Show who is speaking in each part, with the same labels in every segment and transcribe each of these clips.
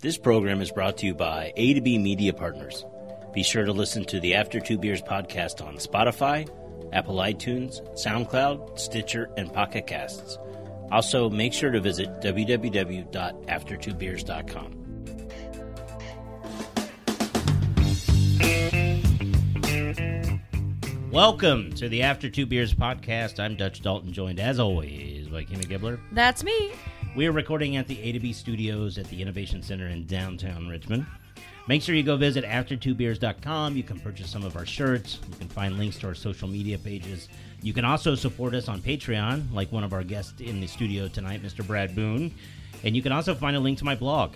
Speaker 1: This program is brought to you by A to B Media Partners. Be sure to listen to the After Two Beers podcast on Spotify, Apple iTunes, SoundCloud, Stitcher, and Pocket Casts. Also, make sure to visit www.aftertwobeers.com. Welcome to the After Two Beers podcast. I'm Dutch Dalton, joined as always by Kimmy Gibbler.
Speaker 2: That's me.
Speaker 1: We are recording at the A to B studios at the Innovation Center in downtown Richmond. Make sure you go visit after2beers.com. You can purchase some of our shirts. You can find links to our social media pages. You can also support us on Patreon, like one of our guests in the studio tonight, Mr. Brad Boone. And you can also find a link to my blog.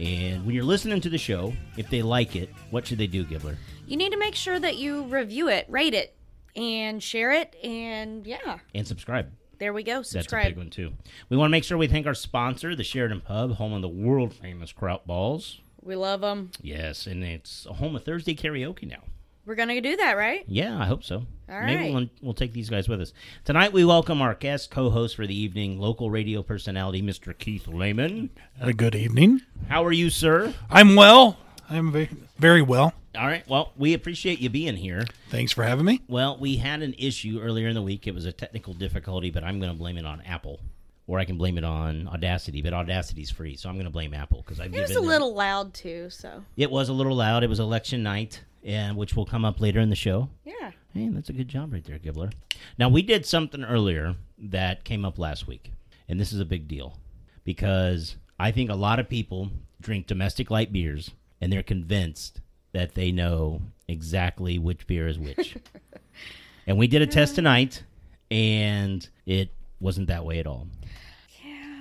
Speaker 1: And when you're listening to the show, if they like it, what should they do, Gibbler?
Speaker 2: You need to make sure that you review it, rate it, and share it. And yeah,
Speaker 1: And subscribe.
Speaker 2: there we go.
Speaker 1: That's
Speaker 2: Subscribe.
Speaker 1: a big one too. We want to make sure we thank our sponsor, the Sheridan Pub, home of the world famous Kraut Balls.
Speaker 2: We love them.
Speaker 1: Yes, and it's a home of Thursday karaoke now.
Speaker 2: We're going to do that, right?
Speaker 1: Yeah, I hope so.
Speaker 2: All
Speaker 1: Maybe
Speaker 2: right.
Speaker 1: we'll, we'll take these guys with us. Tonight we welcome our guest co-host for the evening, local radio personality Mr. Keith Lehman.
Speaker 3: Had a good evening.
Speaker 1: How are you, sir?
Speaker 3: I'm well. I'm very, very well.
Speaker 1: All right. Well, we appreciate you being here.
Speaker 3: Thanks for having me.
Speaker 1: Well, we had an issue earlier in the week. It was a technical difficulty, but I'm going to blame it on Apple. Or I can blame it on Audacity, but Audacity's free, so I'm going to blame Apple because I've
Speaker 2: It was a
Speaker 1: given them-
Speaker 2: little loud, too. So
Speaker 1: It was a little loud. It was election night, and which will come up later in the show.
Speaker 2: yeah.
Speaker 1: Hey, that's a good job right there, Gibbler. Now we did something earlier that came up last week, and this is a big deal because I think a lot of people drink domestic light beers and they're convinced that they know exactly which beer is which. and we did a test tonight, and it wasn't that way at all.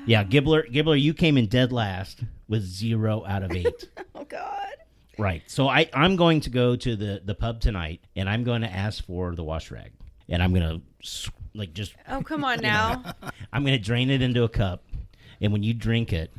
Speaker 1: Yeah, Gibbler, Gibbler, you came in dead last with zero out of eight.
Speaker 2: Oh, God.
Speaker 1: Right. So I, I'm going to go to the, the pub tonight and I'm going to ask for the wash rag. And I'm going to, like, just,
Speaker 2: Oh, come on now.
Speaker 1: I'm going to drain it into a cup. And when you drink it,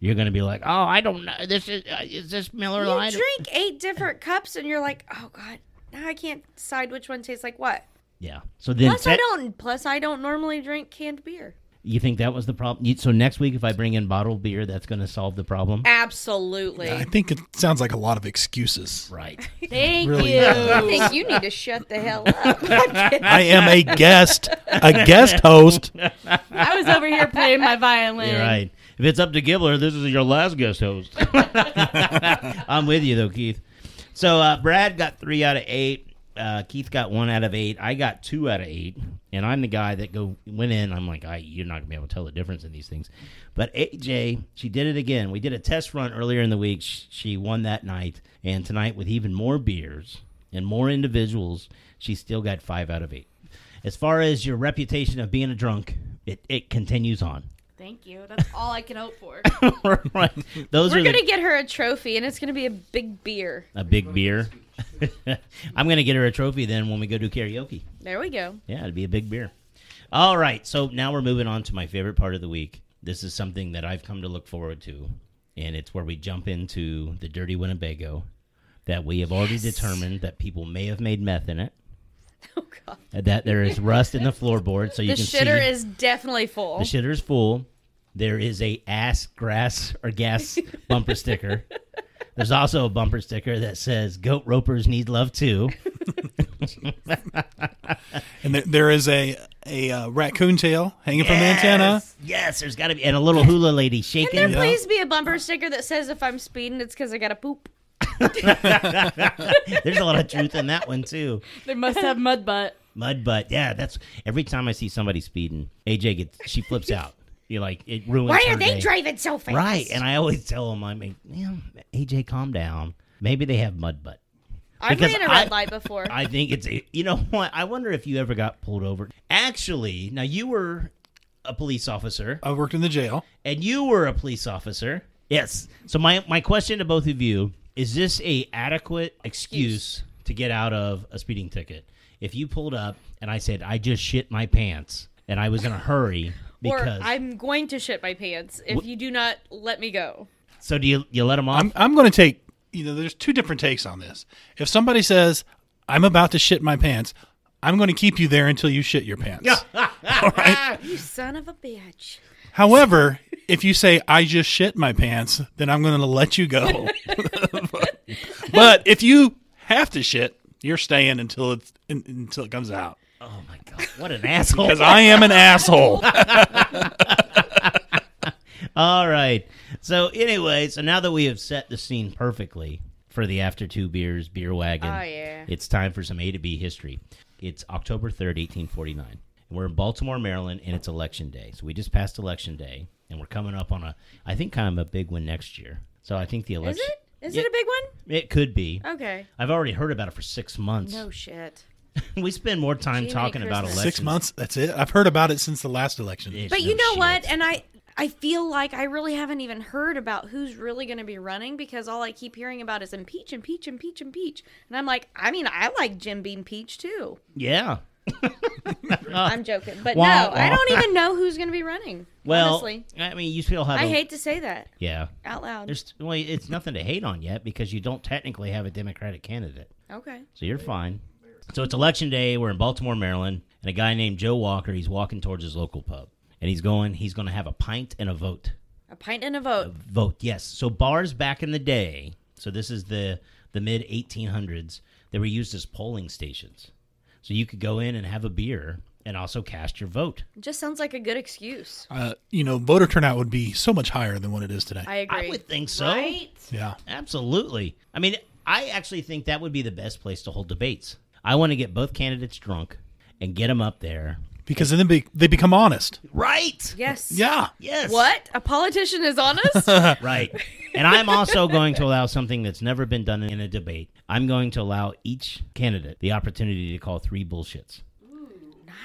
Speaker 1: you're going to be like, oh, I don't know. This is, uh, is this Miller
Speaker 2: you
Speaker 1: Lite?
Speaker 2: drink eight different cups and you're like, oh, God. Now I can't decide which one tastes like what.
Speaker 1: Yeah. So then
Speaker 2: Plus, I
Speaker 1: te-
Speaker 2: don't. Plus, I don't normally drink canned beer.
Speaker 1: you think that was the problem? You, so next week, if I bring in bottled beer, that's going to solve the problem?
Speaker 2: Absolutely.
Speaker 3: I think it sounds like a lot of excuses.
Speaker 1: Right.
Speaker 2: Thank
Speaker 3: Really?
Speaker 2: you. I think you need to shut the hell up. I'm kidding.
Speaker 3: I am a guest, a guest host.
Speaker 4: I was over here playing my violin.
Speaker 1: You're right. If it's up to Gibbler, this is your last guest host. I'm with you though, Keith. So uh, Brad got three out of eight. Uh, Keith got one out of eight. I got two out of eight, and I'm the guy that go went in. I'm like, I you're not gonna be able to tell the difference in these things. But AJ, she did it again. We did a test run earlier in the week. Sh- She won that night, and tonight with even more beers and more individuals, she still got five out of eight. As far as your reputation of being a drunk, it, it continues on.
Speaker 4: Thank you. That's all I can hope for.
Speaker 1: right. Those
Speaker 2: We're
Speaker 1: are the-
Speaker 2: gonna get her a trophy, and it's gonna be a big beer.
Speaker 1: a big beer. I'm gonna get her a trophy then when we go do karaoke.
Speaker 2: There we go.
Speaker 1: Yeah, it'd be a big beer. All right, so now we're moving on to my favorite part of the week. This is something that I've come to look forward to, and it's where we jump into the dirty Winnebago that we have already determined that people may have made meth in it,
Speaker 2: Oh god,
Speaker 1: that there is rust in the floorboard, so you
Speaker 2: the
Speaker 1: can
Speaker 2: shitter
Speaker 1: see
Speaker 2: is definitely full.
Speaker 1: the shitter is full. There is a ass grass or gas bumper sticker. There's also a bumper sticker that says "Goat ropers need love too."
Speaker 3: And there, there is a a uh, raccoon tail hanging from the antenna.
Speaker 1: Yes, Yes, there's got to be, and a little hula lady shaking.
Speaker 2: Can there
Speaker 3: Yeah.
Speaker 2: please be a bumper sticker that says if I'm speeding, it's because I gotta poop?
Speaker 1: There's a lot of truth in that one too.
Speaker 4: They must have mud butt.
Speaker 1: Mud butt. Yeah, that's every time I see somebody speeding, AJ gets she flips out. You're like it ruins.
Speaker 2: Why
Speaker 1: her
Speaker 2: are they
Speaker 1: day.
Speaker 2: driving so fast?
Speaker 1: Right, and I always tell them, I mean, yeah, AJ, calm down. Maybe they have mud butt.
Speaker 2: I've
Speaker 1: because
Speaker 2: ran a red
Speaker 1: I-
Speaker 2: light before.
Speaker 1: I think it's you know what? I wonder if you ever got pulled over. Actually, now you were a police officer
Speaker 3: I worked in the jail.
Speaker 1: and you were a police officer. Yes. So my my question to both of you is this a adequate excuse to get out of a speeding ticket? If you pulled up and I said I just shit my pants and I was in a hurry
Speaker 2: or
Speaker 1: because
Speaker 2: I'm going to shit my pants if you do not let me go.
Speaker 1: so do you you let them off?
Speaker 3: I'm I'm going to take. You know, there's two different takes on this. If somebody says I'm about to shit my pants, I'm going to keep you there until you shit your pants.
Speaker 2: You son of a bitch.
Speaker 3: However, if you say I just shit my pants, then I'm going to let you go. but if you have to shit, you're staying until it's un- until it comes out.
Speaker 1: Oh my god, what an asshole!
Speaker 3: Because I am an asshole.
Speaker 1: All right. So anyway, so now that we have set the scene perfectly for the after two beers beer wagon,
Speaker 2: Oh, yeah.
Speaker 1: it's time for some A to B history. It's October third, eighteen forty nine. and We're in Baltimore, Maryland, and it's election day. So we just passed election day, and we're coming up on a, I think, kind of a big one next year. So I think the
Speaker 2: Is
Speaker 1: election
Speaker 2: it? Is
Speaker 1: Yeah.
Speaker 2: it a big one?
Speaker 1: it could be.
Speaker 2: Okay.
Speaker 1: I've already heard about it for six months.
Speaker 2: No shit.
Speaker 1: we spend more time
Speaker 2: Gee, Merry
Speaker 1: talking about
Speaker 2: Christmas.
Speaker 1: elections.
Speaker 3: Six months. That's it. I've heard about it since the last election.
Speaker 1: It's
Speaker 2: But
Speaker 1: no
Speaker 2: you know
Speaker 1: shit.
Speaker 2: what? And I I feel like I really haven't even heard about who's really going to be running because all I keep hearing about is impeach, impeach, impeach, impeach. And I'm like, I mean, I like Jim Beam Peach too.
Speaker 1: Yeah.
Speaker 2: I'm joking, but
Speaker 1: Wah,
Speaker 2: no, I
Speaker 1: wah.
Speaker 2: don't even know who's going to be running.
Speaker 1: Well,
Speaker 2: honestly,
Speaker 1: I mean, you still have.
Speaker 2: I
Speaker 1: a-
Speaker 2: hate to say that
Speaker 1: Yeah.
Speaker 2: out loud.
Speaker 1: There's well, it's nothing to hate on yet because you don't technically have a Democratic candidate,
Speaker 2: Okay.
Speaker 1: so you're fine. So it's election day. We're in Baltimore, Maryland, and a guy named Joe Walker. He's walking towards his local pub, and he's going. He's going to have a pint and a vote.
Speaker 2: A pint and a vote.
Speaker 1: Vote yes. So bars back in the day. So this is the the mid 1800s. They were used as polling stations, so you could go in and have a beer and also cast your vote.
Speaker 2: Just sounds like a good excuse.
Speaker 3: Uh, you know, voter turnout would be so much higher than what it is today.
Speaker 2: I agree.
Speaker 1: I would think so.
Speaker 4: Right?
Speaker 3: yeah.
Speaker 1: Absolutely. I mean, I actually think that would be the best place to hold debates. I want to get both candidates drunk and get them up there.
Speaker 3: Because then they, be, they become honest.
Speaker 1: Right.
Speaker 2: yes.
Speaker 3: Yeah.
Speaker 1: Yes.
Speaker 2: What? A politician is honest?
Speaker 1: Right. And I'm also going to allow something that's never been done in a debate. I'm going to allow each candidate the opportunity to call three bullshits.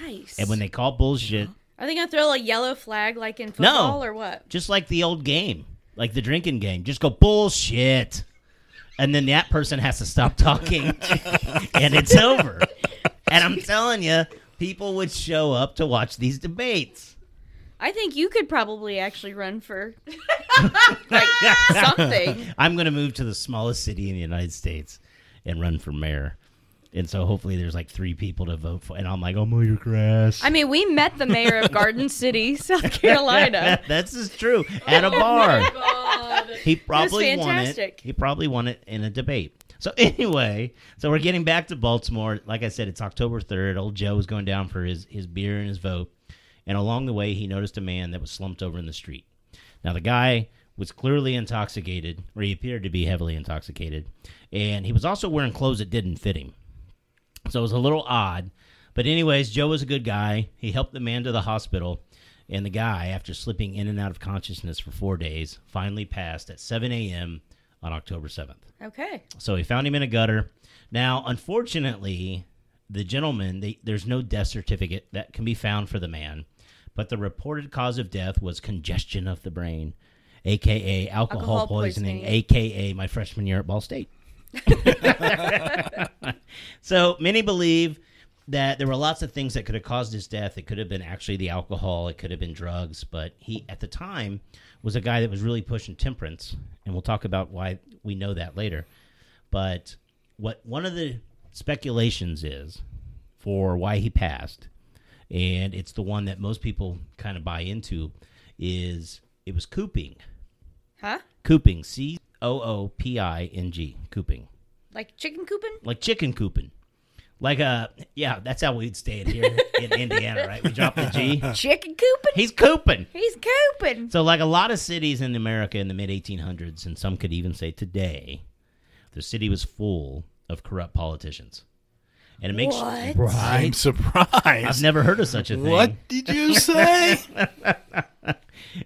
Speaker 2: nice.
Speaker 1: And when they call bullshit,
Speaker 2: Are they going to throw a yellow flag like in football or what?
Speaker 1: just like the old game, like the drinking game, just go bullshit. And then that person has to stop talking and it's over. And I'm telling you, people would show up to watch these debates.
Speaker 2: I think you could probably actually run for like something.
Speaker 1: I'm going to move to the smallest city in the United States and run for mayor. And so hopefully there's like three people to vote for. And I'm like, oh, mow your grass.
Speaker 2: I mean, we met the mayor of Garden City, South Carolina.
Speaker 1: That's just true. At a bar.
Speaker 4: God.
Speaker 1: He probably won it.
Speaker 2: fantastic.
Speaker 1: He probably won it in a debate. So anyway, so we're getting back to Baltimore. Like I said, it's October third. Old Joe was going down for his his beer and his vote, and along the way, he noticed a man that was slumped over in the street. Now the guy was clearly intoxicated, or he appeared to be heavily intoxicated, and he was also wearing clothes that didn't fit him. So it was a little odd. But, anyways, Joe was a good guy. He helped the man to the hospital. And the guy, after slipping in and out of consciousness for four days, finally passed at 7 a.m. on October 7th.
Speaker 2: Okay.
Speaker 1: So he found him in a gutter. Now, unfortunately, the gentleman, they, there's no death certificate that can be found for the man, but the reported cause of death was congestion of the brain, aka alcohol,
Speaker 2: Alcohol
Speaker 1: poisoning,
Speaker 2: poisoning.
Speaker 1: aka my freshman year at Ball State. so many believe that there were lots of things that could have caused his death. It could have been actually the alcohol, it could have been drugs, but he at the time was a guy that was really pushing temperance, and we'll talk about why we know that later. But what one of the speculations is for why he passed, and it's the one that most people kind of buy into, is it was cooping.
Speaker 2: Huh?
Speaker 1: Cooping, C O O P I N G, cooping.
Speaker 2: Like chicken cooping?
Speaker 1: Like chicken cooping. Like uh yeah, that's how we'd stay it here in Indiana, right? We drop the G.
Speaker 2: Chicken cooping?
Speaker 1: He's cooping.
Speaker 2: He's cooping.
Speaker 1: So, like a lot of cities in America in the mid 1800s, and some could even say today, the city was full of corrupt politicians. And it makes
Speaker 2: What?
Speaker 3: I'm
Speaker 1: I've
Speaker 3: surprised.
Speaker 1: never heard of such a thing.
Speaker 3: What did you say?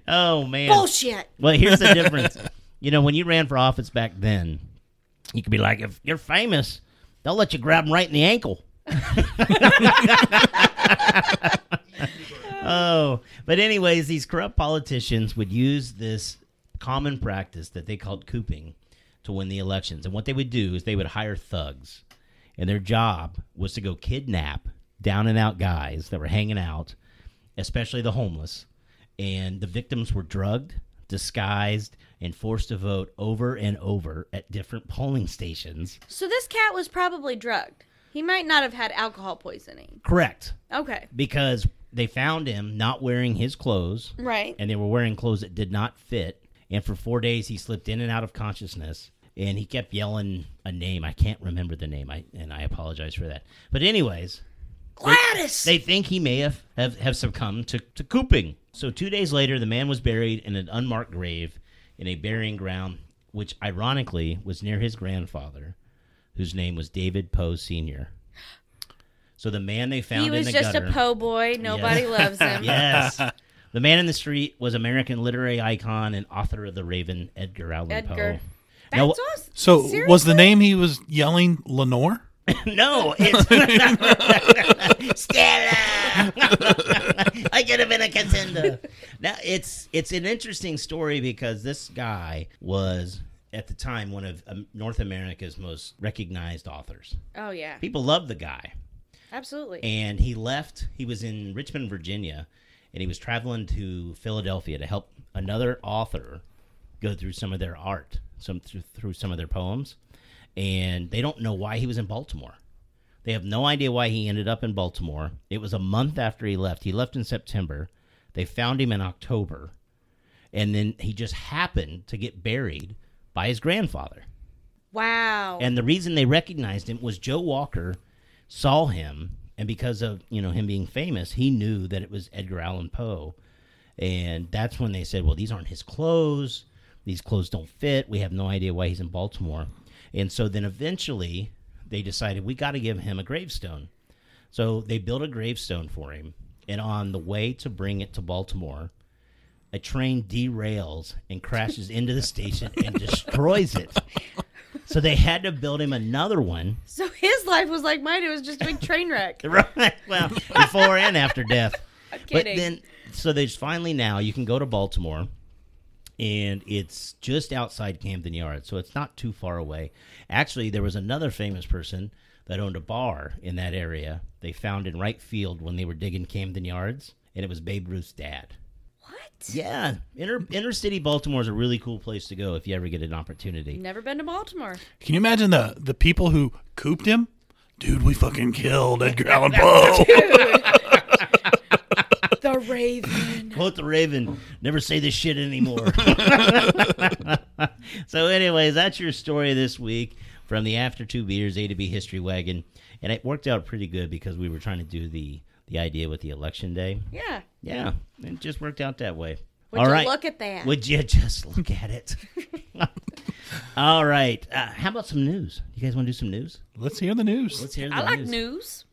Speaker 1: Oh man.
Speaker 2: Bullshit.
Speaker 1: Well, here's the difference. you know, when you ran for office back then, you could be like, if you're famous, they'll let you grab them right in the ankle. oh, but anyways, these corrupt politicians would use this common practice that they called cooping to win the elections. And what they would do is they would hire thugs, and their job was to go kidnap down and out guys that were hanging out, especially the homeless. And the victims were drugged, disguised, and forced to vote over and over at different polling stations.
Speaker 2: So this cat was probably drugged. He might not have had alcohol poisoning.
Speaker 1: Correct.
Speaker 2: Okay.
Speaker 1: Because they found him not wearing his clothes,
Speaker 2: Right.
Speaker 1: and they were wearing clothes that did not fit. And for four days, he slipped in and out of consciousness, and he kept yelling a name. I can't remember the name, I, and I apologize for that. But anyways,
Speaker 2: Gladys.
Speaker 1: they think he may have, have, have succumbed to, to cooping. So two days later, the man was buried in an unmarked grave in a burying ground, which ironically was near his grandfather, whose name was David Poe Sr. So the man they found
Speaker 2: he was
Speaker 1: in the
Speaker 2: just
Speaker 1: gutter.
Speaker 2: a po boy. Nobody loves him.
Speaker 1: Yes. the man in the street was American literary icon and author of The Raven, Edgar Allan
Speaker 2: Edgar.
Speaker 1: Poe.
Speaker 2: That's
Speaker 1: Now-
Speaker 2: awesome.
Speaker 3: So
Speaker 2: Seriously?
Speaker 3: was the name he was yelling Lenore?
Speaker 1: No, it's Stella. I could have been a contender. Now it's it's an interesting story because this guy was at the time one of um, North America's most recognized authors.
Speaker 2: Oh yeah,
Speaker 1: People loved the guy,
Speaker 2: absolutely.
Speaker 1: and he left. He was in Richmond, Virginia, and he was traveling to Philadelphia to help another author go through some of their art, some through, through some of their poems, and they don't know why he was in Baltimore. They have no idea why he ended up in Baltimore. It was a month after he left. He left in September. They found him in October. And then he just happened to get buried by his grandfather.
Speaker 2: wow.
Speaker 1: And the reason they recognized him was Joe Walker saw him, and because of you know him being famous, he knew that it was Edgar Allan Poe, and that's when they said, "Well, these aren't his clothes. These clothes don't fit. We have no idea why he's in Baltimore." And so then eventually they decided we got to give him a gravestone. So they built a gravestone for him, and on the way to bring it to Baltimore, a train derails and crashes into the station and destroys it. So they had to build him another one.
Speaker 2: so his life was like mine. It was just a big train wreck.
Speaker 1: Right. Well, before and after death.
Speaker 2: kidding.
Speaker 1: But then, so there's finally now you can go to Baltimore, and it's just outside Camden Yards, so it's not too far away. Actually, there was another famous person that owned a bar in that area. They found in right field when they were digging Camden Yards, and it was Babe Ruth's dad.
Speaker 2: What?
Speaker 1: Yeah, inner inner city Baltimore is a really cool place to go if you ever get an opportunity.
Speaker 2: Never been to Baltimore.
Speaker 3: Can you imagine the the people who cooped him? Dude, we fucking killed Edgar Allan Poe.
Speaker 2: The Raven.
Speaker 1: Quote the Raven, never say this shit anymore. so, anyways, that's your story this week from the After Two Beers A to B History Wagon. And it worked out pretty good because we were trying to do the, the idea with the election day.
Speaker 2: Yeah.
Speaker 1: Yeah, it just worked out that way.
Speaker 2: Would
Speaker 1: All
Speaker 2: you
Speaker 1: right.
Speaker 2: look at that?
Speaker 1: Would you just look at it? All right. Uh, how about some news? You guys want to do some news?
Speaker 3: Let's hear the news.
Speaker 1: Let's hear the
Speaker 2: I like news.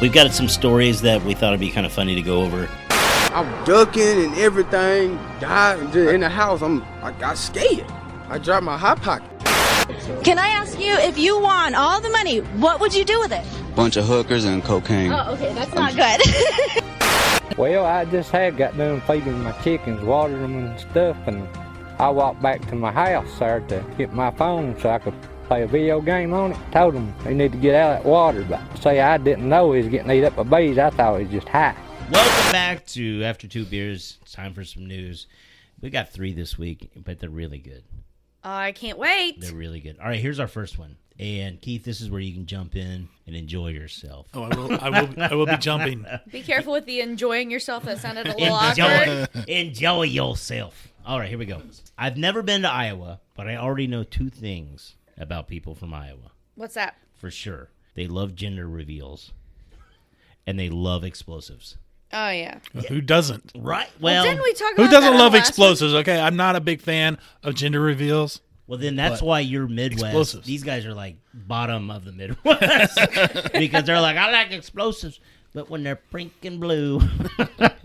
Speaker 1: We've got some stories that we thought would be kind of funny to go over.
Speaker 5: I'm ducking and everything. Died and just in the house. I'm I got scared. I dropped my hot pocket.
Speaker 6: Can I ask you if you won all the money, what would you do with it?
Speaker 7: bunch of hookers and cocaine.
Speaker 6: Oh, okay, that's not good.
Speaker 8: Well, I just had got done feeding my chickens, watering them and stuff, and I walked back to my house there to get my phone so I could play a video game on it. Told them they need to get out of that water, but say I didn't know he was getting ate up by bees. I thought it was just high.
Speaker 1: Welcome back to After Two Beers. It's time for some news. We got three this week, but they're really good.
Speaker 2: I can't wait.
Speaker 1: They're really good. All right, here's our first one. And Keith, this is where you can jump in and enjoy yourself.
Speaker 3: Oh, I will. I will. I will be jumping.
Speaker 2: Be careful with the enjoying yourself. That sounded a little awkward.
Speaker 1: Enjoy, enjoy yourself. All right, here we go. I've never been to Iowa, but I already know two things about people from Iowa
Speaker 2: What's that?
Speaker 1: for sure. They love gender reveals, and they love explosives.
Speaker 2: Oh yeah.
Speaker 3: Who doesn't?
Speaker 1: Right.
Speaker 2: Well,
Speaker 1: Well,
Speaker 2: didn't we talk about
Speaker 3: Who doesn't
Speaker 2: that
Speaker 3: love
Speaker 2: on the last
Speaker 3: explosives? Okay, I'm not a big fan of gender reveals.
Speaker 1: Well, then that's
Speaker 3: But
Speaker 1: why you're Midwest.
Speaker 3: explosives.
Speaker 1: These guys are like bottom of the Midwest because they're like, I like explosives, but when they're pink and blue.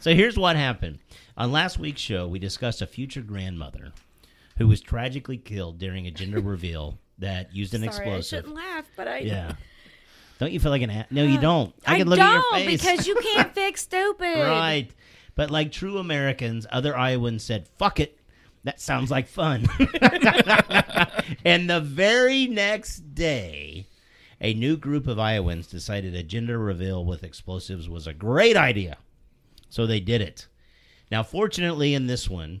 Speaker 1: so here's what happened. On last week's show, we discussed a future grandmother who was tragically killed during a gender reveal that used an
Speaker 2: one? Sorry, I
Speaker 1: explosive.
Speaker 2: shouldn't laugh, but I
Speaker 1: Yeah. Don't you feel like an ass? No, you don't. I can look
Speaker 2: don't
Speaker 1: at your face.
Speaker 2: because you can't fix stupid.
Speaker 1: Right. But like true Americans, other Iowans said, fuck it. That sounds like fun. and the very next day, a new group of Iowans decided a gender reveal with explosives was a great idea. So they did it. Now, fortunately, in this one,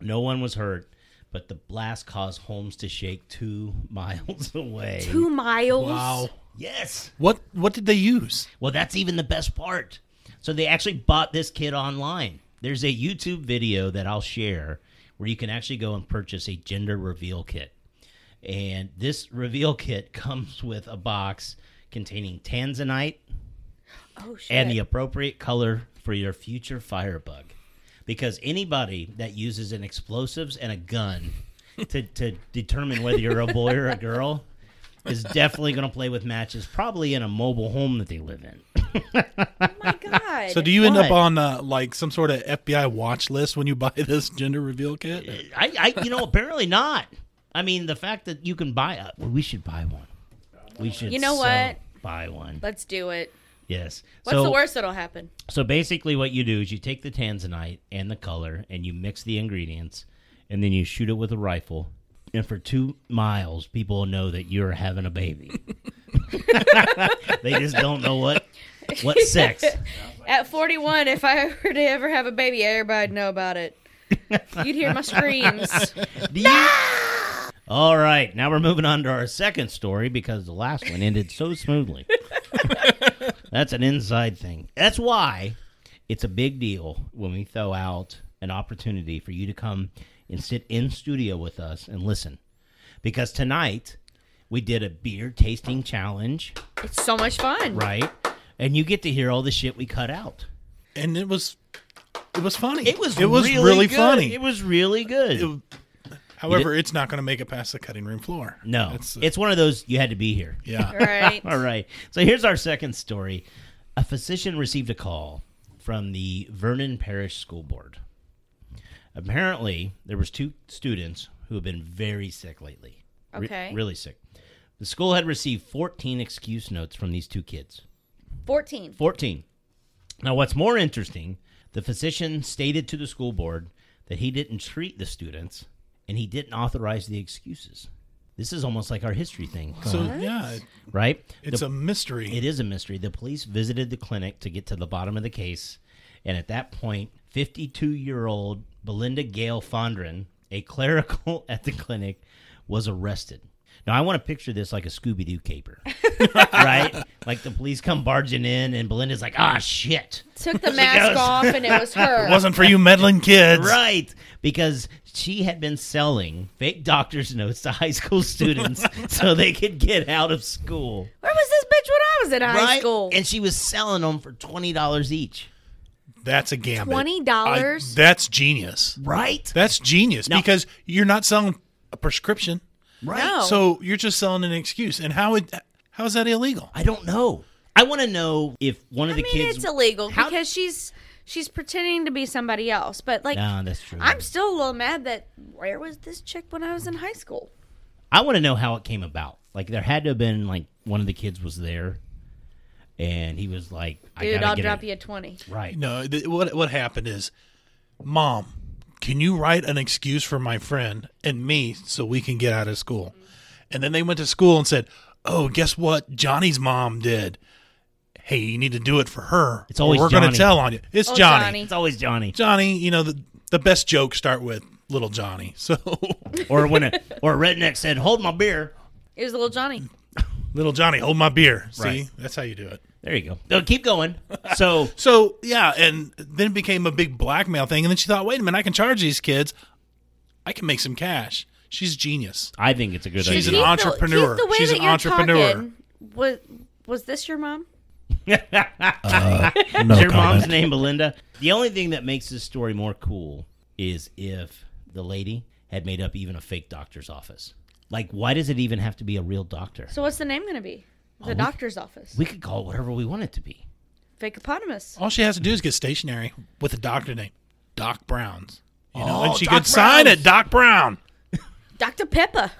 Speaker 1: no one was hurt, but the blast caused homes to shake two miles away.
Speaker 2: Two miles.
Speaker 3: Wow.
Speaker 1: Yes.
Speaker 3: What what did they use?
Speaker 1: Well, that's even the best part. So they actually bought this kit online. There's a YouTube video that I'll share where you can actually go and purchase a gender reveal kit. And this reveal kit comes with a box containing tanzanite
Speaker 2: Oh shit.
Speaker 1: and the appropriate color for your future firebug. Because anybody that uses an explosives and a gun to, to determine whether you're a boy or a girl is definitely going to play with matches, probably in a mobile home that they live in.
Speaker 2: my god.
Speaker 3: So do you end up
Speaker 1: What?
Speaker 3: on uh, like some sort of FBI watch list when you buy this gender reveal kit?
Speaker 1: I, I you know, apparently not. I mean, the fact that you can buy, uh, well, we should buy one. We should.
Speaker 2: You know
Speaker 1: so
Speaker 2: what?
Speaker 1: Buy one.
Speaker 2: Let's do it.
Speaker 1: Yes.
Speaker 2: What's
Speaker 1: so,
Speaker 2: the worst that'll happen?
Speaker 1: So basically, what you do is you take the tanzanite and the color, and you mix the ingredients, and then you shoot it with a rifle. And for two miles, people will know that you're having a baby. they just don't know what what sex.
Speaker 2: At 41, if I were to ever have a baby, everybody'd know about it. You'd hear my screams.
Speaker 1: Do you- All right, now we're moving on to our second story because the last one ended so smoothly. That's an inside thing. That's why it's a big deal when we throw out an opportunity for you to come and sit in studio with us and listen. Because tonight we did a beer tasting challenge,
Speaker 2: It's so much fun.
Speaker 1: right? And you get to hear all the shit we cut out.
Speaker 3: And it was it was funny.
Speaker 1: It was
Speaker 3: it was really,
Speaker 1: good.
Speaker 3: funny.
Speaker 1: It was really good.
Speaker 3: However, it's not going to make it past the cutting room floor.
Speaker 1: no,
Speaker 3: That's, uh,
Speaker 1: it's one of those you had to be here.
Speaker 3: yeah.
Speaker 2: Right.
Speaker 1: All right. So here's our second story. A physician received a call from the Vernon Parish School Board. Apparently, there was two students who have been very sick lately. Re-
Speaker 2: Okay.
Speaker 1: really sick. The school had received 14 excuse notes from these two kids.
Speaker 2: 14.
Speaker 1: 14. Now, what's more interesting, the physician stated to the school board that he didn't treat the students and he didn't authorize the excuses. This is almost like our history thing,
Speaker 3: So yeah, it-
Speaker 1: right?
Speaker 3: it's
Speaker 1: The-
Speaker 3: a mystery.
Speaker 1: it is a mystery. The police visited the clinic to get to the bottom of the case, and at that point, 52 year old Belinda Gale Fondren, a clerical at the clinic, was arrested. Now, I want to picture this like a Scooby Doo caper, right? Like the police come barging in, and Belinda's like, ah, shit.
Speaker 2: Took the mask off and it was her.
Speaker 3: It wasn't for you meddling kids.
Speaker 1: Right, because she had been selling fake doctor's notes to high school students so they could get out of school.
Speaker 2: Where was this bitch when I was in high
Speaker 1: right?
Speaker 2: school?
Speaker 1: And she was selling them for $20 each.
Speaker 3: That's a gambit. I-
Speaker 2: $20?
Speaker 3: That's genius.
Speaker 1: Right?
Speaker 3: That's genius
Speaker 1: No.
Speaker 3: because you're not selling a prescription.
Speaker 1: Right.
Speaker 2: No.
Speaker 3: So you're just selling an excuse. And how would how is that illegal?
Speaker 1: I don't know. I want to know if one of
Speaker 2: I
Speaker 1: the
Speaker 2: mean,
Speaker 1: kids.
Speaker 2: it's illegal
Speaker 1: How-
Speaker 2: because she's she's pretending to be somebody else. But like,
Speaker 1: No, that's true.
Speaker 2: I'm still a little mad that where was this chick when I was in high school?
Speaker 1: I want to know how it came about. Like there had to have been like one of the kids was there, and he was like, "I
Speaker 2: Dude,
Speaker 1: gotta
Speaker 2: I'll
Speaker 1: get
Speaker 2: drop
Speaker 1: it.
Speaker 2: you a twenty.
Speaker 1: Right.
Speaker 3: No, th- what what happened is, mom, can you write an excuse for my friend and me so we can get out of school? And then they went to school and said, "Oh, guess what? Johnny's mom did. Hey, you need to do it for her.
Speaker 1: It's always
Speaker 3: or we're going
Speaker 1: Johnny.
Speaker 3: to tell on you. It's
Speaker 2: Oh,
Speaker 3: Johnny.
Speaker 2: Johnny.
Speaker 3: Johnny.
Speaker 1: It's always Johnny,
Speaker 3: you know the the best jokes start with little Johnny. So
Speaker 1: or when a or a redneck said, "Hold my beer."
Speaker 2: It was little Johnny.
Speaker 3: little Johnny, hold my beer. See,
Speaker 1: Right.
Speaker 3: that's how you do it.
Speaker 1: There you go. No, keep going. So
Speaker 3: So yeah, and then it became a big blackmail thing. And then she thought, wait a minute, I can charge these kids. I can make some cash. She's genius.
Speaker 1: I think it's a good
Speaker 3: She's an
Speaker 1: idea.
Speaker 2: Keith, the-
Speaker 3: entrepreneur.
Speaker 2: Keith, the way
Speaker 3: She's
Speaker 2: that
Speaker 3: an
Speaker 2: you're
Speaker 3: entrepreneur.
Speaker 2: talking, was was this your mom?
Speaker 1: Is your mom's name Belinda? The only thing that makes this story more cool is if the lady had made up even a fake doctor's office. Like, why does it even have to be a real doctor?
Speaker 2: So what's the name going to be?
Speaker 4: Oh,
Speaker 2: The doctor's office.
Speaker 1: We could call it whatever we want it to be.
Speaker 2: Vacopotamus.
Speaker 3: All she has to do is get stationary with a doctor name, Doc Brown's. You know,
Speaker 1: Oh,
Speaker 3: and she
Speaker 1: Doc
Speaker 3: could sign
Speaker 1: Brown's.
Speaker 3: it, Doc Brown.
Speaker 4: Oh.
Speaker 2: Dr. Pepper.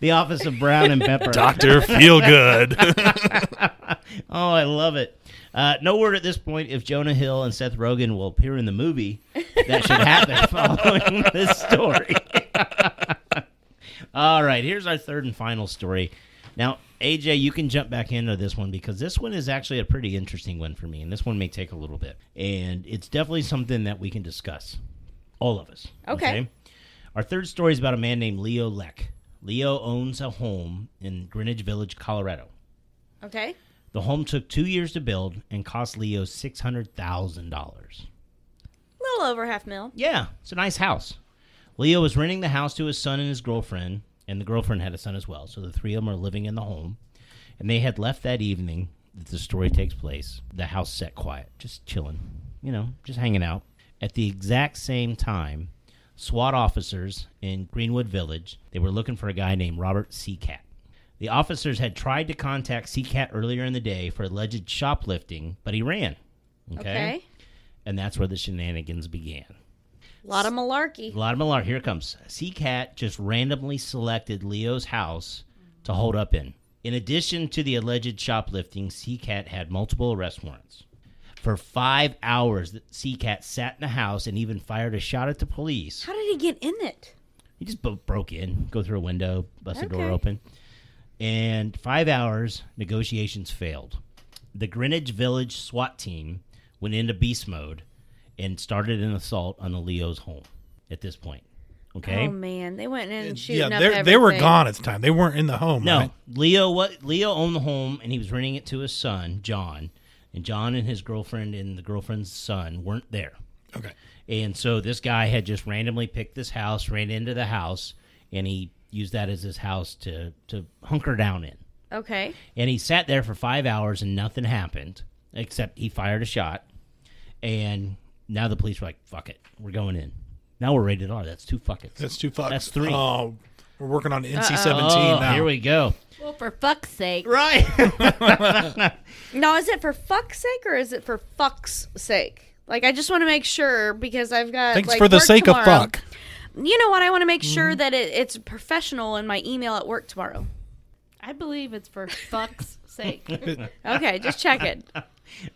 Speaker 1: The Office of Brown and Pepper.
Speaker 3: Doctor Feel Good.
Speaker 1: oh, I love it. Uh, no word at this point if Jonah Hill and Seth Rogen will appear in the movie. That should happen following this story. All right, here's our third and final story. Now, AJ, you can jump back into this one because this one is actually a pretty interesting one for me, and this one may take a little bit. And it's definitely something that we can discuss, all of us.
Speaker 2: Okay.
Speaker 1: Our third story is about a man named Leo Leck, Leo owns a home in Greenwich Village, Colorado.
Speaker 2: Okay.
Speaker 1: The home took two years to build and cost Leo six hundred thousand dollars.
Speaker 2: A little over half mil.
Speaker 1: Yeah, it's a nice house. Leo was renting the house to his son and his girlfriend, and the girlfriend had a son as well. So the three of them are living in the home, and they had left that evening that the story takes place. The house set quiet, just chilling, you know, just hanging out. At the exact same time, SWAT officers in Greenwood Village they were looking for a guy named Robert Seacat. The officers had tried to contact Seacat earlier in the day for alleged shoplifting, but he ran.
Speaker 2: Okay.
Speaker 1: And that's where the shenanigans began.
Speaker 2: A lot of malarkey.
Speaker 1: A lot of malarkey. Here it comes. Seacat just randomly selected Leo's house to hold up in. In addition to the alleged shoplifting, Seacat had multiple arrest warrants. For five hours, Seacat sat in the house and even fired a shot at the police.
Speaker 2: How did he get in it?
Speaker 1: He just bo- broke in, go through a window, bust the door
Speaker 2: Okay.
Speaker 1: open. And five hours, negotiations failed. The Greenwich Village SWAT team went into beast mode and started an assault on the Leo's home at this point. Okay?
Speaker 2: Oh man, they went in and
Speaker 3: yeah,
Speaker 2: shooting up
Speaker 3: they they were
Speaker 2: everything.
Speaker 3: gone at the time. They weren't in the home.
Speaker 1: No,
Speaker 3: right?
Speaker 1: Leo. What Leo owned the home, and he was renting it to his son John, and John and his girlfriend and the girlfriend's son weren't there,
Speaker 3: Okay.
Speaker 1: and so this guy had just randomly picked this house, ran into the house, and he used that as his house to to hunker down in.
Speaker 2: Okay.
Speaker 1: And he sat there for five hours and nothing happened except he fired a shot. And now the police were like, "Fuck it, we're going in." Now we're rated R. That's two fuck it.
Speaker 3: That's two fucks.
Speaker 1: That's three.
Speaker 3: Oh, we're working on NC
Speaker 1: oh,
Speaker 3: seventeen now.
Speaker 1: here we go.
Speaker 4: Well, for fuck's sake.
Speaker 1: Right.
Speaker 2: Now, is it for fuck's sake or is it for fuck's sake? Like, I just want to make sure because I've got.
Speaker 3: Thanks
Speaker 2: like,
Speaker 3: for the
Speaker 2: work
Speaker 3: sake
Speaker 2: tomorrow.
Speaker 3: of fuck.
Speaker 2: You know what? I want to make
Speaker 4: Mm-hmm.
Speaker 2: sure that it, it's professional in my email at work tomorrow.
Speaker 4: I believe it's for fuck's sake.
Speaker 2: Okay, just check it.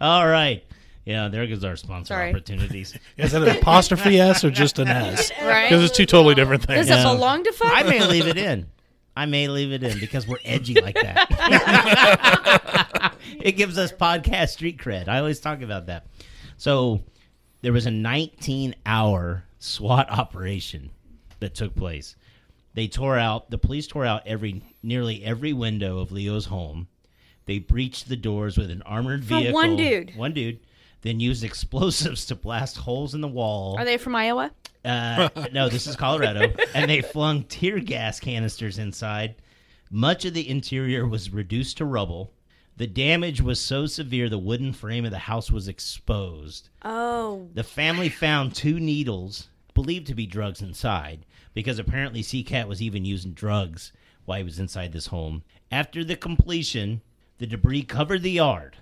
Speaker 1: All right. Yeah, there goes our sponsor
Speaker 2: Sorry.
Speaker 1: opportunities.
Speaker 3: Is that an apostrophe S or just an S?
Speaker 2: Right?
Speaker 3: Because it's two totally different things.
Speaker 2: Does it belong to fuck?
Speaker 1: I may leave it in. I may leave it in because we're edgy like that. it gives us podcast street cred. I always talk about that. So there was a 19 hour SWAT operation that took place. They tore out the police tore out every nearly every window of Leo's home. They breached the doors with an armored vehicle.
Speaker 2: one dude.
Speaker 1: One dude. Then used explosives to blast holes in the wall.
Speaker 2: Are they from Iowa?
Speaker 1: Uh, no, this is Colorado, and they flung tear gas canisters inside. Much of the interior was reduced to rubble. The damage was so severe the wooden frame of the house was exposed.
Speaker 2: Oh,
Speaker 1: The family found two needles believed to be drugs inside because apparently Seacat was even using drugs while he was inside this home. After the completion, the debris covered the yard.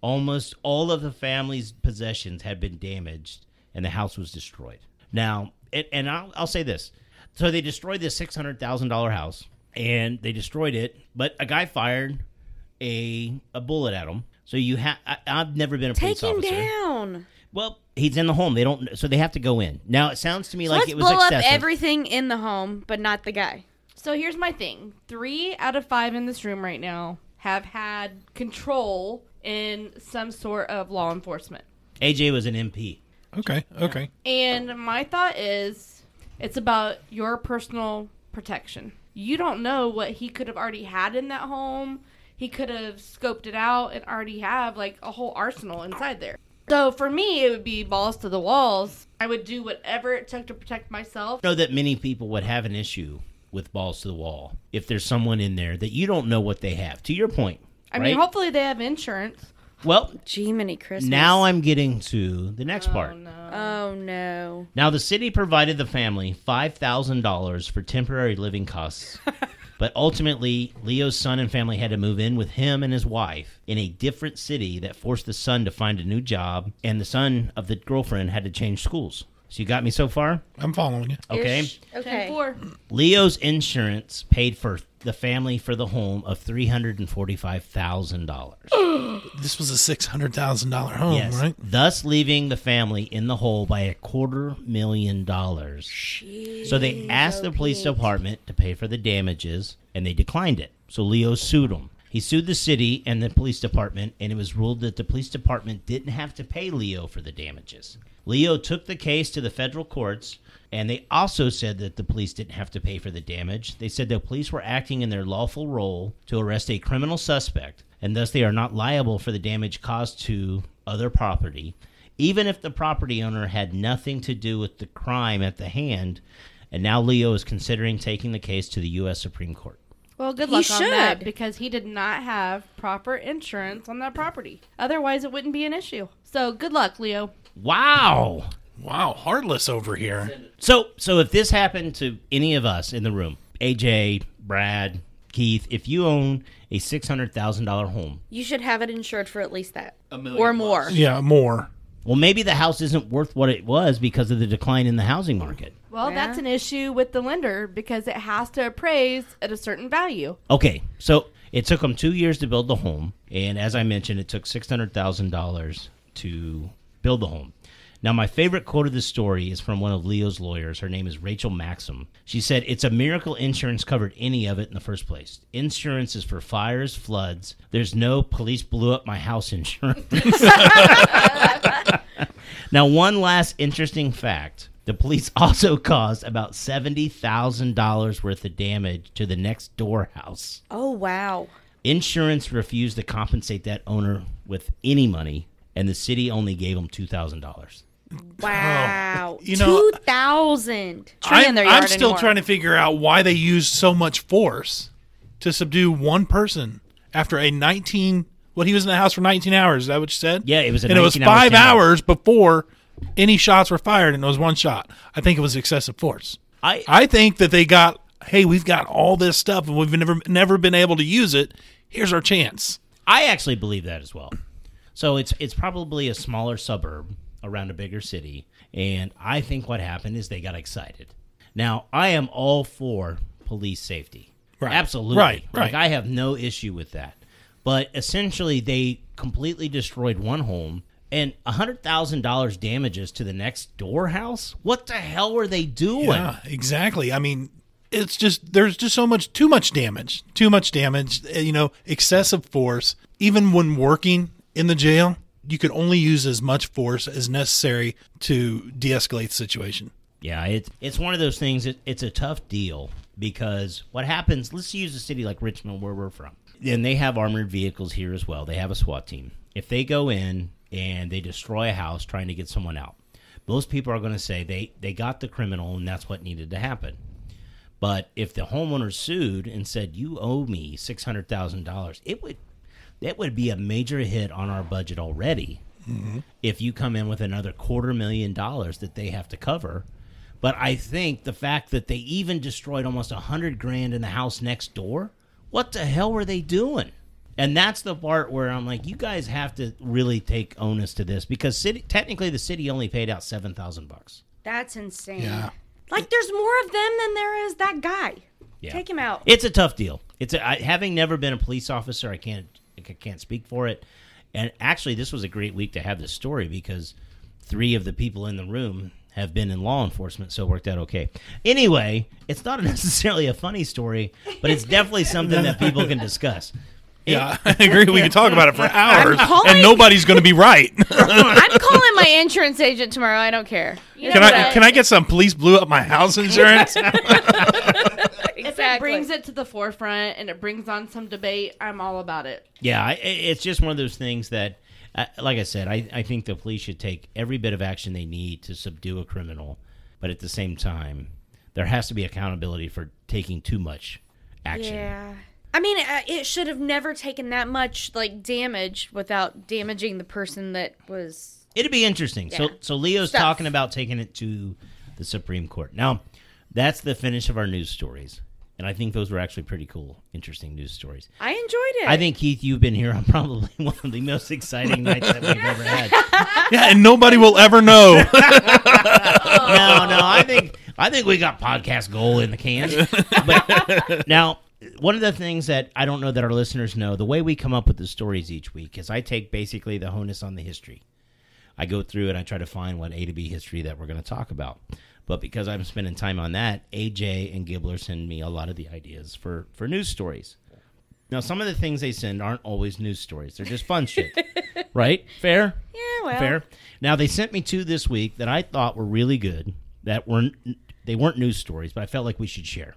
Speaker 1: Almost all of the family's possessions had been damaged and the house was destroyed. Now, it, and I'll, I'll say this. So they destroyed this $600,000 house and they destroyed it, but a guy fired a, a bullet at him. So you have, I've never been a
Speaker 2: take
Speaker 1: police
Speaker 2: him
Speaker 1: officer.
Speaker 2: down.
Speaker 1: Well, he's in the home. They don't, so they have to go in. Now it sounds to me like
Speaker 2: Let's
Speaker 1: it was
Speaker 2: blow
Speaker 1: excessive.
Speaker 2: up everything in the home, but not the guy.
Speaker 4: So here's my thing. Three out of five in this room right now have had control in some sort of law enforcement.
Speaker 1: AJ was an MP.
Speaker 3: Okay. Okay.
Speaker 4: And my thought is it's about your personal protection. You don't know what he could have already had in that home. He could have scoped it out and already have like a whole arsenal inside there. So for me, it would be balls to the walls. I would do whatever it took to protect myself.
Speaker 1: I know that many people would have an issue with balls to the wall if there's someone in there that you don't know what they have. To your point,
Speaker 4: I
Speaker 1: right?
Speaker 4: mean, hopefully they have insurance.
Speaker 1: well,
Speaker 2: Gee, many Christmas.
Speaker 1: now I'm getting to the next part.
Speaker 2: Oh no.
Speaker 1: Now, the city provided the family $5,000 for temporary living costs, but ultimately, Leo's son and family had to move in with him and his wife in a different city that forced the son to find a new job, and the son of the girlfriend had to change schools. So, you got me so far?
Speaker 3: I'm following you.
Speaker 1: Okay.
Speaker 4: Okay.
Speaker 2: Okay.
Speaker 4: Four.
Speaker 1: Leo's insurance paid for the family for the home of three hundred and forty-five thousand dollars.
Speaker 3: This was a six hundred thousand dollar home,
Speaker 1: Yes,
Speaker 3: right?
Speaker 1: thus leaving the family in the hole by a quarter million dollars. So they asked the police department to pay for the damages, and they declined it. So Leo sued them. He sued the city and the police department, and it was ruled that the police department didn't have to pay Leo for the damages. Leo took the case to the federal courts, and they also said that the police didn't have to pay for the damage. They said the police were acting in their lawful role to arrest a criminal suspect, and thus they are not liable for the damage caused to other property, even if the property owner had nothing to do with the crime at the hand. And now Leo is considering taking the case to the U.S. Supreme Court.
Speaker 4: Well, good
Speaker 2: He
Speaker 4: luck on that
Speaker 2: should.
Speaker 4: because he did not have proper insurance on that property. Otherwise, it wouldn't be an issue. So, good luck, Leo.
Speaker 1: Wow.
Speaker 3: Wow, heartless over here.
Speaker 1: So, so if this happened to any of us in the room, AJ, Brad, Keith, if you own a six hundred thousand dollar home,
Speaker 2: You should have it insured for at least that
Speaker 9: A million
Speaker 2: or
Speaker 9: plus.
Speaker 2: more.
Speaker 3: Yeah, more.
Speaker 1: well, maybe the house isn't worth what it was because of the decline in the housing market.
Speaker 4: Well, that's an issue with the lender because it has to appraise at a certain value.
Speaker 1: Okay, so it took them two years to build the home, and as I mentioned, it took six hundred thousand dollars to build the home. Now, my favorite quote of this story is from one of Leo's lawyers. Her name is Rachel Maxim. She said, "It's a miracle insurance covered any of it in the first place. Insurance is for fires, floods. There's no police blew up my house insurance." Now, one last interesting fact. The police also caused about $70,000 worth of damage to the next door house.
Speaker 2: Oh wow.
Speaker 1: Insurance refused to compensate that owner with any money, and the city only gave him $2,000.
Speaker 2: Wow.
Speaker 3: You know-
Speaker 2: two thousand.
Speaker 3: I'm, I'm still trying to figure out why they used so much force to subdue one person after a 19. Well, he was in the house for 19 hours. Is that what you said?
Speaker 1: Yeah, it was a
Speaker 3: and it was
Speaker 1: 19 hour
Speaker 3: five
Speaker 1: standoff.
Speaker 3: hours before any shots were fired, and it was one shot. I think it was excessive force.
Speaker 1: I,
Speaker 3: I think that they got, hey, we've got all this stuff, and we've never never been able to use it. Here's our chance.
Speaker 1: I actually believe that as well. So it's it's probably a smaller suburb around a bigger city, and I think what happened is they got excited. Now I am all for police safety,
Speaker 3: Right.
Speaker 1: Absolutely,
Speaker 3: Right,
Speaker 1: Like
Speaker 3: right.
Speaker 1: I have no issue with that. But essentially, they completely destroyed one home and hundred thousand dollars damages to the next door house. What the hell were they doing?
Speaker 3: Yeah, exactly. I mean, it's just there's just so much too much damage, too much damage. uh, You know, excessive force. Even when working in the jail, you could only use as much force as necessary to de-escalate the situation.
Speaker 1: Yeah, it's it's one of those things. It, it's a tough deal because what happens? Let's use a city like Richmond, where we're from, and they have armored vehicles here as well. They have a SWAT team. If they go in and they destroy a house trying to get someone out, most people are going to say they they got the criminal and that's what needed to happen. But if the homeowner sued and said you owe me six hundred thousand dollars, it would that would be a major hit on our budget already if you come in with another quarter million dollars that they have to cover. But I think the fact that they even destroyed almost a hundred grand in the house next door, what the hell were they doing? And that's the part where I'm like, you guys have to really take onus to this because city, technically the city only paid out seven thousand bucks.
Speaker 2: That's insane.
Speaker 3: Yeah.
Speaker 2: Like there's more of them than there is that guy.
Speaker 1: Yeah.
Speaker 2: Take him out.
Speaker 1: It's a tough deal. It's a, I, having never been a police officer, I can't I can't speak for it. And actually, this was a great week to have this story because three of the people in the room have been in law enforcement, so it worked out okay. Anyway, it's not necessarily a funny story, but it's definitely something that people can discuss.
Speaker 3: Yeah, I agree. We can talk about it for hours,
Speaker 2: calling-
Speaker 3: and nobody's going to be right.
Speaker 2: I'm calling my insurance agent tomorrow. I don't care.
Speaker 3: can I can I get some police blew up my house insurance?
Speaker 4: If it
Speaker 2: Exactly.
Speaker 4: brings it to the forefront and it brings on some debate, I'm all about it.
Speaker 1: Yeah, I, i- it's just one of those things that, uh, like I said, I, I think the police should take every bit of action they need to subdue a criminal, but at the same time, there has to be accountability for taking too much action.
Speaker 2: Yeah. I mean, uh, it should have never taken that much like damage without damaging the person that was.
Speaker 1: It'd be interesting. So,
Speaker 2: Yeah.
Speaker 1: so Leo's
Speaker 2: Stuff.
Speaker 1: talking about taking it to the Supreme Court. Now, that's the finish of our news stories, and I think those were actually pretty cool, interesting news stories.
Speaker 2: I enjoyed it.
Speaker 1: I think Keith, you've been here on probably one of the most exciting nights that we've ever had.
Speaker 3: yeah, and nobody will ever know.
Speaker 1: no, no. I think I think we got podcast goal in the can. But now, one of the things that I don't know that our listeners know, the way we come up with the stories each week is I take basically the honus on the history. I go through and I try to find what A to B history that we're going to talk about. But because I'm spending time on that, AJ and Gibbler send me a lot of the ideas for for news stories. Now, some of the things they send aren't always news stories. They're just fun shit. Right? Fair?
Speaker 2: Yeah, well.
Speaker 1: Fair. Now, they sent me two this week that I thought were really good, that weren't, they weren't news stories, but I felt like we should share.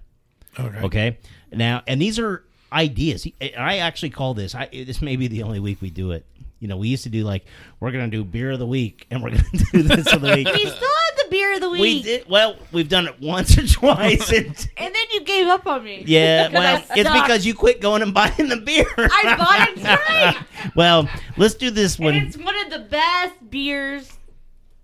Speaker 3: Okay.
Speaker 1: Okay. Now, and these are ideas. And I actually call this. I this may be the only week we do it. You know, we used to do like we're gonna do beer of the week, and we're gonna do this of the week.
Speaker 4: We still had the beer of the week,
Speaker 1: we did well. We've done it once or twice. And,
Speaker 4: and then you gave up on me.
Speaker 1: yeah,
Speaker 4: 'Cause
Speaker 1: well,
Speaker 4: I
Speaker 1: it's
Speaker 4: suck.
Speaker 1: because you quit going and buying the beer.
Speaker 4: I bought it tonight.
Speaker 1: well, let's do this one.
Speaker 4: and it's one of the best beers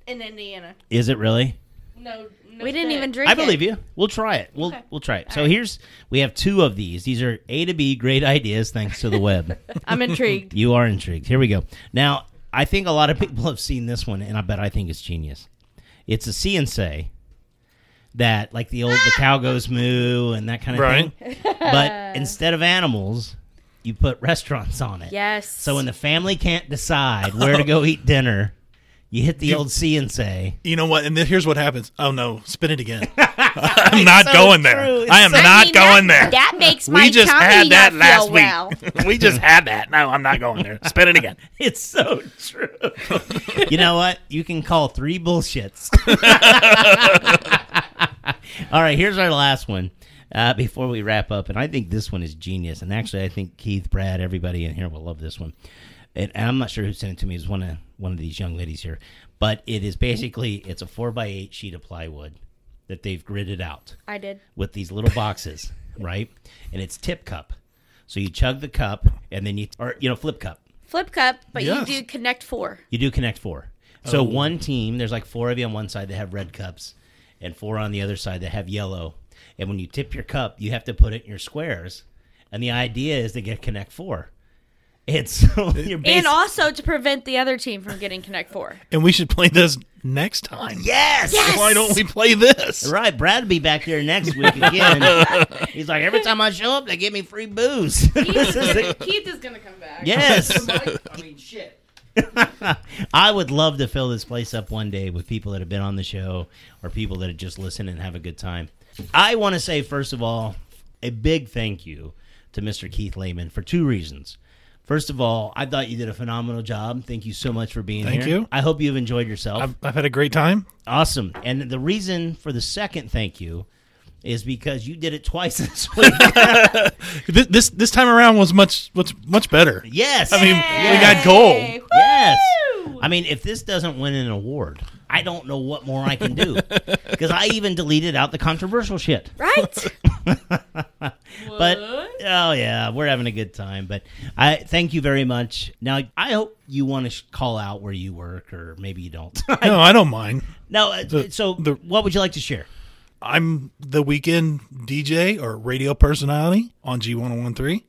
Speaker 4: in Indiana.
Speaker 1: Is it really?
Speaker 4: No, no
Speaker 2: We didn't
Speaker 4: shit.
Speaker 2: even drink
Speaker 1: I believe
Speaker 2: it.
Speaker 1: you. We'll try it. We'll
Speaker 4: Okay.
Speaker 1: we'll try it. so here's we have two of these. These are A to B great ideas thanks to the web.
Speaker 4: I'm intrigued.
Speaker 1: You are intrigued. Here we go. Now, I think a lot of people have seen this one, and I bet I think it's genius. It's a CNC that, like the old the cow goes moo and that kind of
Speaker 3: Right.
Speaker 1: thing. But instead of animals, you put restaurants on it.
Speaker 2: Yes.
Speaker 1: So when the family can't decide where to go eat dinner, you hit the old CNC.
Speaker 3: You know what? And then here's what happens. Oh no, spin it again. I'm not
Speaker 1: so
Speaker 3: going
Speaker 1: true.
Speaker 3: there.
Speaker 1: It's
Speaker 3: I am
Speaker 1: so-
Speaker 3: not
Speaker 2: mean,
Speaker 3: going
Speaker 2: that-
Speaker 3: there.
Speaker 2: That makes my
Speaker 3: we just
Speaker 2: tummy
Speaker 3: had that
Speaker 2: not
Speaker 3: last
Speaker 2: feel
Speaker 3: week.
Speaker 2: well.
Speaker 3: we just had that. No, I'm not going there. Spin it again.
Speaker 1: It's so true. you know what? You can call three bullshits. All right, here's our last one uh, before we wrap up. And I think this one is genius. And actually, I think Keith, Brad, everybody in here will love this one. And, and I'm not sure who sent it to me. It's one of one of these young ladies here. But it is basically it's a four by eight sheet of plywood that they've gridded out
Speaker 2: I did.
Speaker 1: with these little boxes, right? And it's tip cup. So you chug the cup and then you or you know flip cup.
Speaker 2: Flip cup, but
Speaker 3: Yes.
Speaker 2: you do connect four.
Speaker 1: You do connect four. So one team, there's like four of you on one side that have red cups, and four on the other side that have yellow. And when you tip your cup, you have to put it in your squares. And the idea is to get connect four. It's so you're
Speaker 2: And
Speaker 1: basically
Speaker 2: also to prevent the other team from getting connect four.
Speaker 3: And we should play this next time.
Speaker 1: yes.
Speaker 3: Why don't we play this?
Speaker 1: Right, Brad will be back here next week again. He's like, every time I show up, they give me free booze. This is the-
Speaker 4: Keith is gonna come back.
Speaker 1: yes.
Speaker 9: I mean, shit.
Speaker 1: I would love to fill this place up one day with people that have been on the show or people that have just listened and have a good time. I want to say, first of all, a big thank you to Mr. Keith Lehman for two reasons. First of all, I thought you did a phenomenal job. Thank you so much for being
Speaker 3: Thank
Speaker 1: here.
Speaker 3: you.
Speaker 1: I hope you've enjoyed yourself.
Speaker 3: I've, I've had a great time.
Speaker 1: awesome. And the reason for the second thank you is because you did it twice this week.
Speaker 3: This this, this time around was much much much better.
Speaker 1: yes.
Speaker 3: I mean, we got gold.
Speaker 1: Yes. I mean, if this doesn't win an award, I don't know what more I can do. Because I even deleted out the controversial shit.
Speaker 2: Right?
Speaker 1: But oh yeah, we're having a good time. But I thank you very much. Now I hope you want to sh- call out where you work, or maybe you don't.
Speaker 3: No, I don't mind.
Speaker 1: no. uh,
Speaker 3: The-
Speaker 1: so
Speaker 3: the-
Speaker 1: what would you like to share?
Speaker 3: I'm the weekend DJ or radio personality on G1013.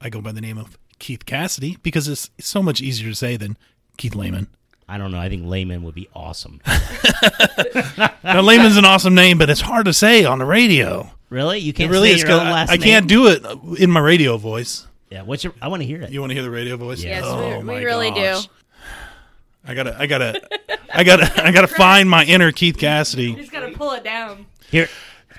Speaker 3: I go by the name of Keith Cassidy because it's so much easier to say than Keith Lehman.
Speaker 1: I don't know. I think layman would be awesome.
Speaker 3: Now, Lehman's an awesome name, but it's hard to say on the radio.
Speaker 1: Really, you
Speaker 3: It
Speaker 1: can't
Speaker 3: really
Speaker 1: say
Speaker 3: is.
Speaker 1: your own
Speaker 3: 'cause I-
Speaker 1: last
Speaker 3: I
Speaker 1: name?
Speaker 3: can't do it in my radio voice.
Speaker 1: Yeah, what's your? I want to hear it.
Speaker 3: You want to hear the radio voice?
Speaker 1: Yes,
Speaker 2: we- we
Speaker 3: Oh my
Speaker 2: really do.
Speaker 3: gosh. I gotta, I gotta, I gotta, I gotta find my inner Keith Cassidy.
Speaker 4: He's gonna pull it down.
Speaker 1: Here,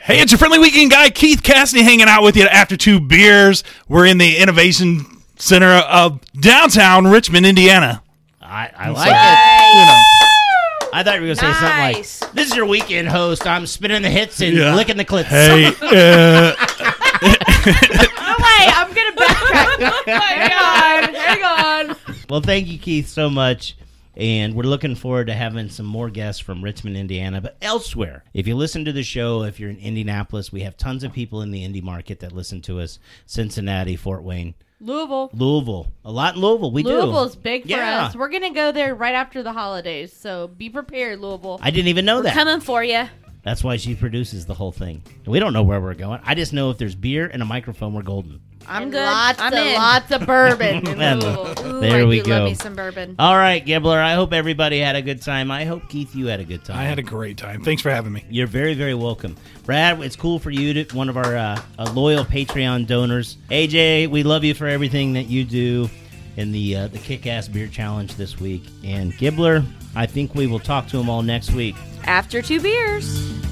Speaker 3: Hey, it's your friendly weekend guy, Keith Cassidy, hanging out with you after two beers. We're in the Innovation Center of downtown Richmond, Indiana.
Speaker 1: I, I like it.
Speaker 3: You know,
Speaker 1: I thought you were gonna say
Speaker 2: Nice.
Speaker 1: something like, "This is your weekend host. I'm spinning the hits and
Speaker 3: Yeah.
Speaker 1: licking the clits."
Speaker 3: hey, uh,
Speaker 4: Oh wait, I'm gonna backtrack. oh my god, hang on.
Speaker 1: Well, thank you, Keith, so much. And we're looking forward to having some more guests from Richmond, Indiana, but elsewhere. If you listen to the show, if you're in Indianapolis, we have tons of people in the Indy market that listen to us Cincinnati, Fort Wayne,
Speaker 4: Louisville.
Speaker 1: Louisville. A lot in Louisville. We
Speaker 4: Louisville's
Speaker 1: do.
Speaker 4: big for
Speaker 1: Yeah.
Speaker 4: us. We're gonna go there right after the holidays, so be prepared, Louisville.
Speaker 1: I didn't even know that.
Speaker 2: Coming for you.
Speaker 1: That's why she produces the whole thing. We don't know where we're going. I just know if there's beer and a microphone, we're golden.
Speaker 2: I'm
Speaker 4: And
Speaker 2: good.
Speaker 4: Lots
Speaker 2: I'm
Speaker 4: of
Speaker 2: in.
Speaker 4: lots of bourbon in
Speaker 1: Man,
Speaker 4: Louisville.
Speaker 2: Ooh,
Speaker 1: There
Speaker 2: I
Speaker 1: we
Speaker 2: do love
Speaker 1: go.
Speaker 2: me some bourbon.
Speaker 1: All right, Gibbler, I hope everybody had a good time. I hope, Keith, you had a good time.
Speaker 3: I had a great time. Thanks for having me.
Speaker 1: You're very, very welcome. Brad, it's cool for you to one of our uh, uh, loyal Patreon donors. AJ, we love you for everything that you do in the uh, the kick ass beer challenge this week. And Gibbler, I think we will talk to them all next week.
Speaker 2: After two beers.